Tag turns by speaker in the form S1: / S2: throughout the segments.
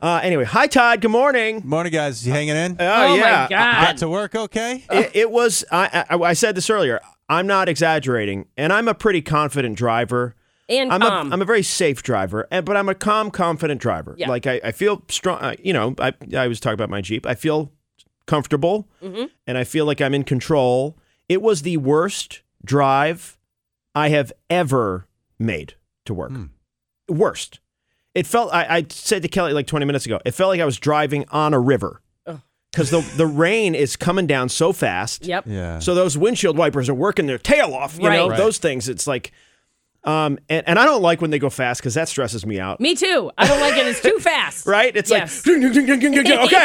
S1: Uh, anyway, hi Todd. Good morning.
S2: Morning, guys. You hanging in?
S1: Oh,
S3: my
S1: yeah.
S3: God.
S2: Got to work okay?
S1: it, it was. I, I, I said this earlier. I'm not exaggerating, and I'm a pretty confident driver.
S3: And um,
S1: I'm
S3: calm.
S1: a I'm a very safe driver, and but I'm a calm, confident driver.
S3: Yeah.
S1: Like I, I feel strong. I, you know, I I was talking about my Jeep. I feel comfortable,
S3: mm-hmm,
S1: and I feel like I'm in control. It was the worst drive I have ever made to work. Worst. It felt. I, I said to Kelly like 20 minutes ago. It felt like I was driving on a river because the the rain is coming down so fast.
S3: yep.
S2: Yeah.
S1: So those windshield wipers are working their tail off. You know
S3: Right.
S1: those things. It's like, um, and, and I don't like when they go fast because that stresses me out.
S3: Me too. I don't like it. It's too fast.
S1: Right? It's
S3: Yes.
S1: like, okay,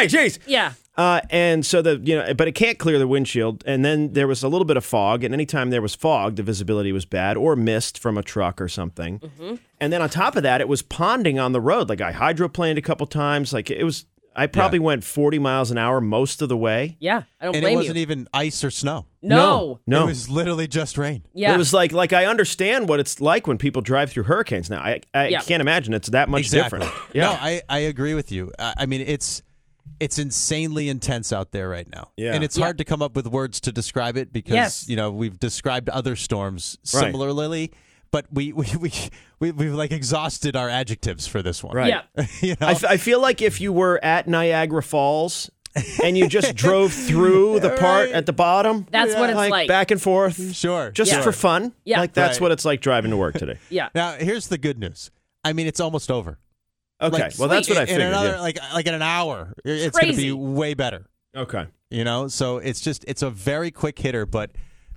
S1: jeez.
S3: Yeah.
S1: Uh, and so the you know, but it can't clear the windshield. And then there was a little bit of fog. And anytime there was fog, the visibility was bad or mist from a truck or something.
S3: Mm-hmm.
S1: And then on top of that, it was ponding on the road. Like I hydroplaned a couple times. Like it was, I probably went 40 miles an hour most of the way.
S3: Yeah. I don't
S2: and it
S3: blame
S2: wasn't
S3: you.
S2: even ice or snow.
S3: no.
S1: no.
S2: It was literally just rain.
S3: Yeah.
S1: It was like like I understand what it's like when people drive through hurricanes now. I I
S3: Yeah.
S1: can't imagine it's that much
S2: Exactly.
S1: different.
S2: No, I, I agree with you. I, I mean, it's it's insanely intense out there right now.
S1: Yeah.
S2: And it's
S3: Yeah.
S2: hard to come up with words to describe it because,
S3: Yes.
S2: you know, we've described other storms
S1: Right.
S2: similarly, but we, we, we, we, we've like exhausted our adjectives for this one.
S1: Right.
S3: Yeah.
S2: you know?
S1: I, f- I feel like if you were at Niagara Falls and you just drove through the part at the bottom,
S3: That's what it's like.
S1: Back and forth,
S2: sure.
S1: just
S2: sure.
S1: for fun.
S3: Yeah.
S1: like that's
S2: Right.
S1: what it's like driving to work today.
S3: Yeah.
S2: Now, here's the good news. I mean, it's almost over.
S1: Okay,
S2: Like,
S1: well that's what I
S2: in
S1: figured.
S2: another,
S1: yeah.
S2: like, like in an hour, it's going to
S3: crazy.
S2: be way better.
S1: Okay,
S2: you know so it's just it's a very quick hitter but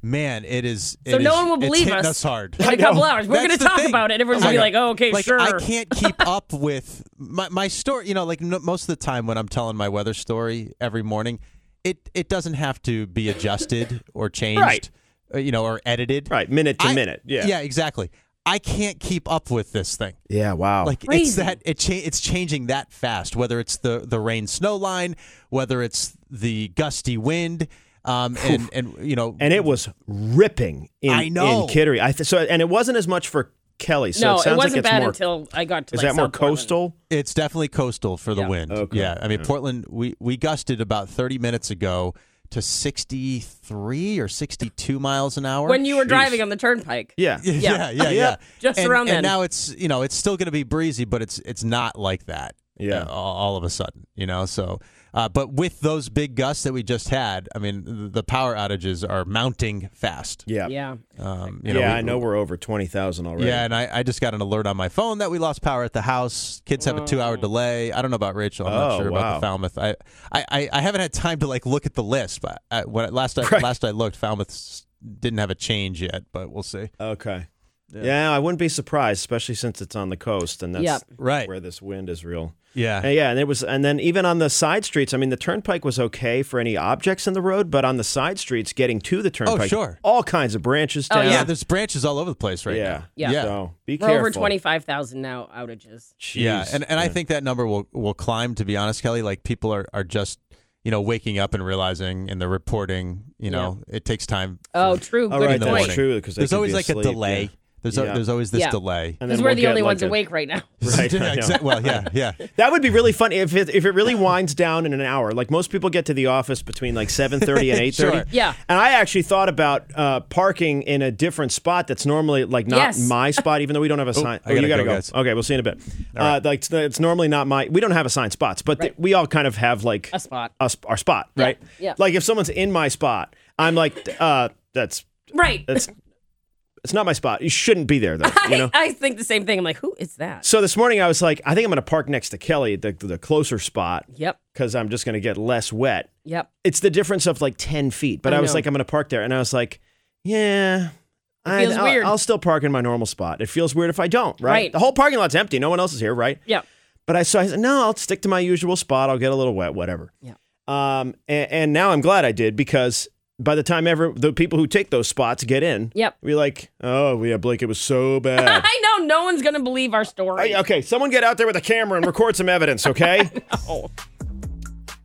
S2: man it is
S3: So
S2: it
S3: no
S2: is-
S3: one will
S2: it's
S3: believe
S2: hitting
S3: us.
S2: hard
S3: In a couple hours, we're
S2: That's
S3: going to
S2: the
S3: talk
S2: thing.
S3: about it. Everyone's going to be like, "Oh, okay,
S2: Like,
S3: sure."
S2: I can't keep up with my, my story. You know, like no, most of the time when I'm telling my weather story every morning, it it doesn't have to be adjusted or changed,
S1: Right.
S2: uh, you know, or edited.
S1: right, minute to
S2: I-
S1: minute. Yeah,
S2: yeah, exactly. I can't keep up with this thing.
S1: yeah. Wow.
S2: Like it's
S3: Crazy.
S2: that it cha- it's changing that fast. Whether it's the the rain snow line, whether it's the gusty wind, um, and and you know,
S1: and it was ripping in
S2: I know.
S1: in Kittery. I th- so and it wasn't as much for Kelly. So
S3: no,
S1: it
S3: it,
S1: sounds
S3: wasn't
S1: like it's
S3: bad
S1: more.
S3: until I got to.
S1: is
S3: like,
S1: that more
S3: South Portland.
S1: coastal?
S2: it's definitely coastal for the
S3: Yeah.
S2: wind.
S1: Okay.
S2: Yeah, I mean Portland. We we gusted about thirty minutes ago to sixty three or sixty two miles an hour.
S3: When you were driving on the turnpike.
S1: Yeah.
S2: yeah, yeah, yeah,
S1: Yeah.
S3: Just
S2: and,
S3: around then.
S2: And now it's you know it's still going to be breezy, but it's it's not like that.
S1: Yeah.
S2: uh, all, all of a sudden, you know. So, uh, but with those big gusts that we just had, I mean, the, the power outages are mounting fast.
S1: Yeah.
S3: Yeah.
S2: Um, you know,
S1: yeah,
S2: we-
S1: I know we're over twenty thousand already.
S2: Yeah, and I, I just got an alert on my phone that we lost power at the house. Kids have a
S3: Oh.
S2: two-hour delay. I don't know about Rachel. I'm
S1: Oh,
S2: not sure
S1: wow.
S2: about the Falmouth. I, I- I, I haven't had time to like look at the list, but I, when I, last I
S1: Right.
S2: last I looked, Falmouth s- didn't have a change yet. But we'll see.
S1: Okay. Yeah. I wouldn't be surprised, especially since it's on the coast and that's
S3: Yep.
S2: Right.
S1: where this wind is real.
S2: Yeah.
S1: And yeah, and it was, and then even on the side streets, I mean, the turnpike was okay for any objects in the road, but on the side streets, getting to the turnpike,
S2: Oh, sure.
S1: all kinds of branches
S3: Oh,
S1: down.
S2: yeah. there's branches all over the place right
S1: yeah,
S2: now.
S3: Yeah.
S2: yeah.
S1: So be
S3: We're
S1: careful.
S3: over twenty-five thousand now outages.
S1: Jeez.
S2: Yeah, and and I think that number will will climb. To be honest, Kelly, like people are are just you know waking up and realizing, and they're reporting. You know, it takes time.
S3: Oh, true.
S1: All
S3: Good
S1: right,
S2: in
S1: that's
S2: the
S3: point.
S2: morning.
S1: true, 'cause they
S2: there's
S1: could
S2: always
S1: be
S2: like
S1: asleep,
S2: a delay.
S1: yeah.
S2: There's
S1: Yeah.
S2: al there's always this
S3: Yeah.
S2: delay.
S1: And then
S3: Because we're
S1: we'll
S3: the
S1: get
S3: only
S1: like
S3: ones
S1: a-
S3: awake right now.
S1: Right. I
S2: yeah,
S1: know.
S2: exact- Well, yeah, yeah.
S1: That would be really funny if it, if it really winds down in an hour. Like most people get to the office between like seven thirty and eight thirty.
S2: Sure.
S3: Yeah.
S1: And I actually thought about uh, parking in a different spot that's normally like not
S3: Yes.
S1: my spot, even though we don't have a sign.
S2: Oh,
S1: Oh,
S2: I gotta
S1: you gotta
S2: go,
S1: go.
S2: guys.
S1: Okay, we'll see in a bit. Uh, like it's, it's normally not my. We don't have assigned spots, but th- we all kind of have like
S3: A spot.
S1: us- our spot, right?
S3: yeah.
S1: Like if someone's in my spot, I'm like, uh, that's
S3: Right.
S1: that's it's not my spot. You shouldn't be there though. You know.
S3: I think the same thing. I'm like, who is that?
S1: So this morning I was like, I think I'm gonna park next to Kelly, the the closer spot
S3: Yep.
S1: because I'm just going to get less wet.
S3: Yep.
S1: It's the difference of like 10 feet. But
S3: I
S1: I, was
S3: know.
S1: like, I'm going to park there. And I was like, yeah. I,
S3: feels
S1: I'll,
S3: weird.
S1: I'll still park in my normal spot. It feels weird if I don't, right?
S3: Right.
S1: The whole parking lot's empty. No one else is here, right?
S3: Yep.
S1: But I so I said, no, I'll stick to my usual spot. I'll get a little wet, whatever.
S3: Yeah.
S1: Um, and, and now I'm glad I did because by the time ever the people who take those spots get in,
S3: Yep.
S1: we're like, oh yeah, Blake, it was so bad.
S3: I know no one's going to believe our story.
S1: Hey, okay, someone get out there with a camera and record some evidence, okay?
S3: Oh.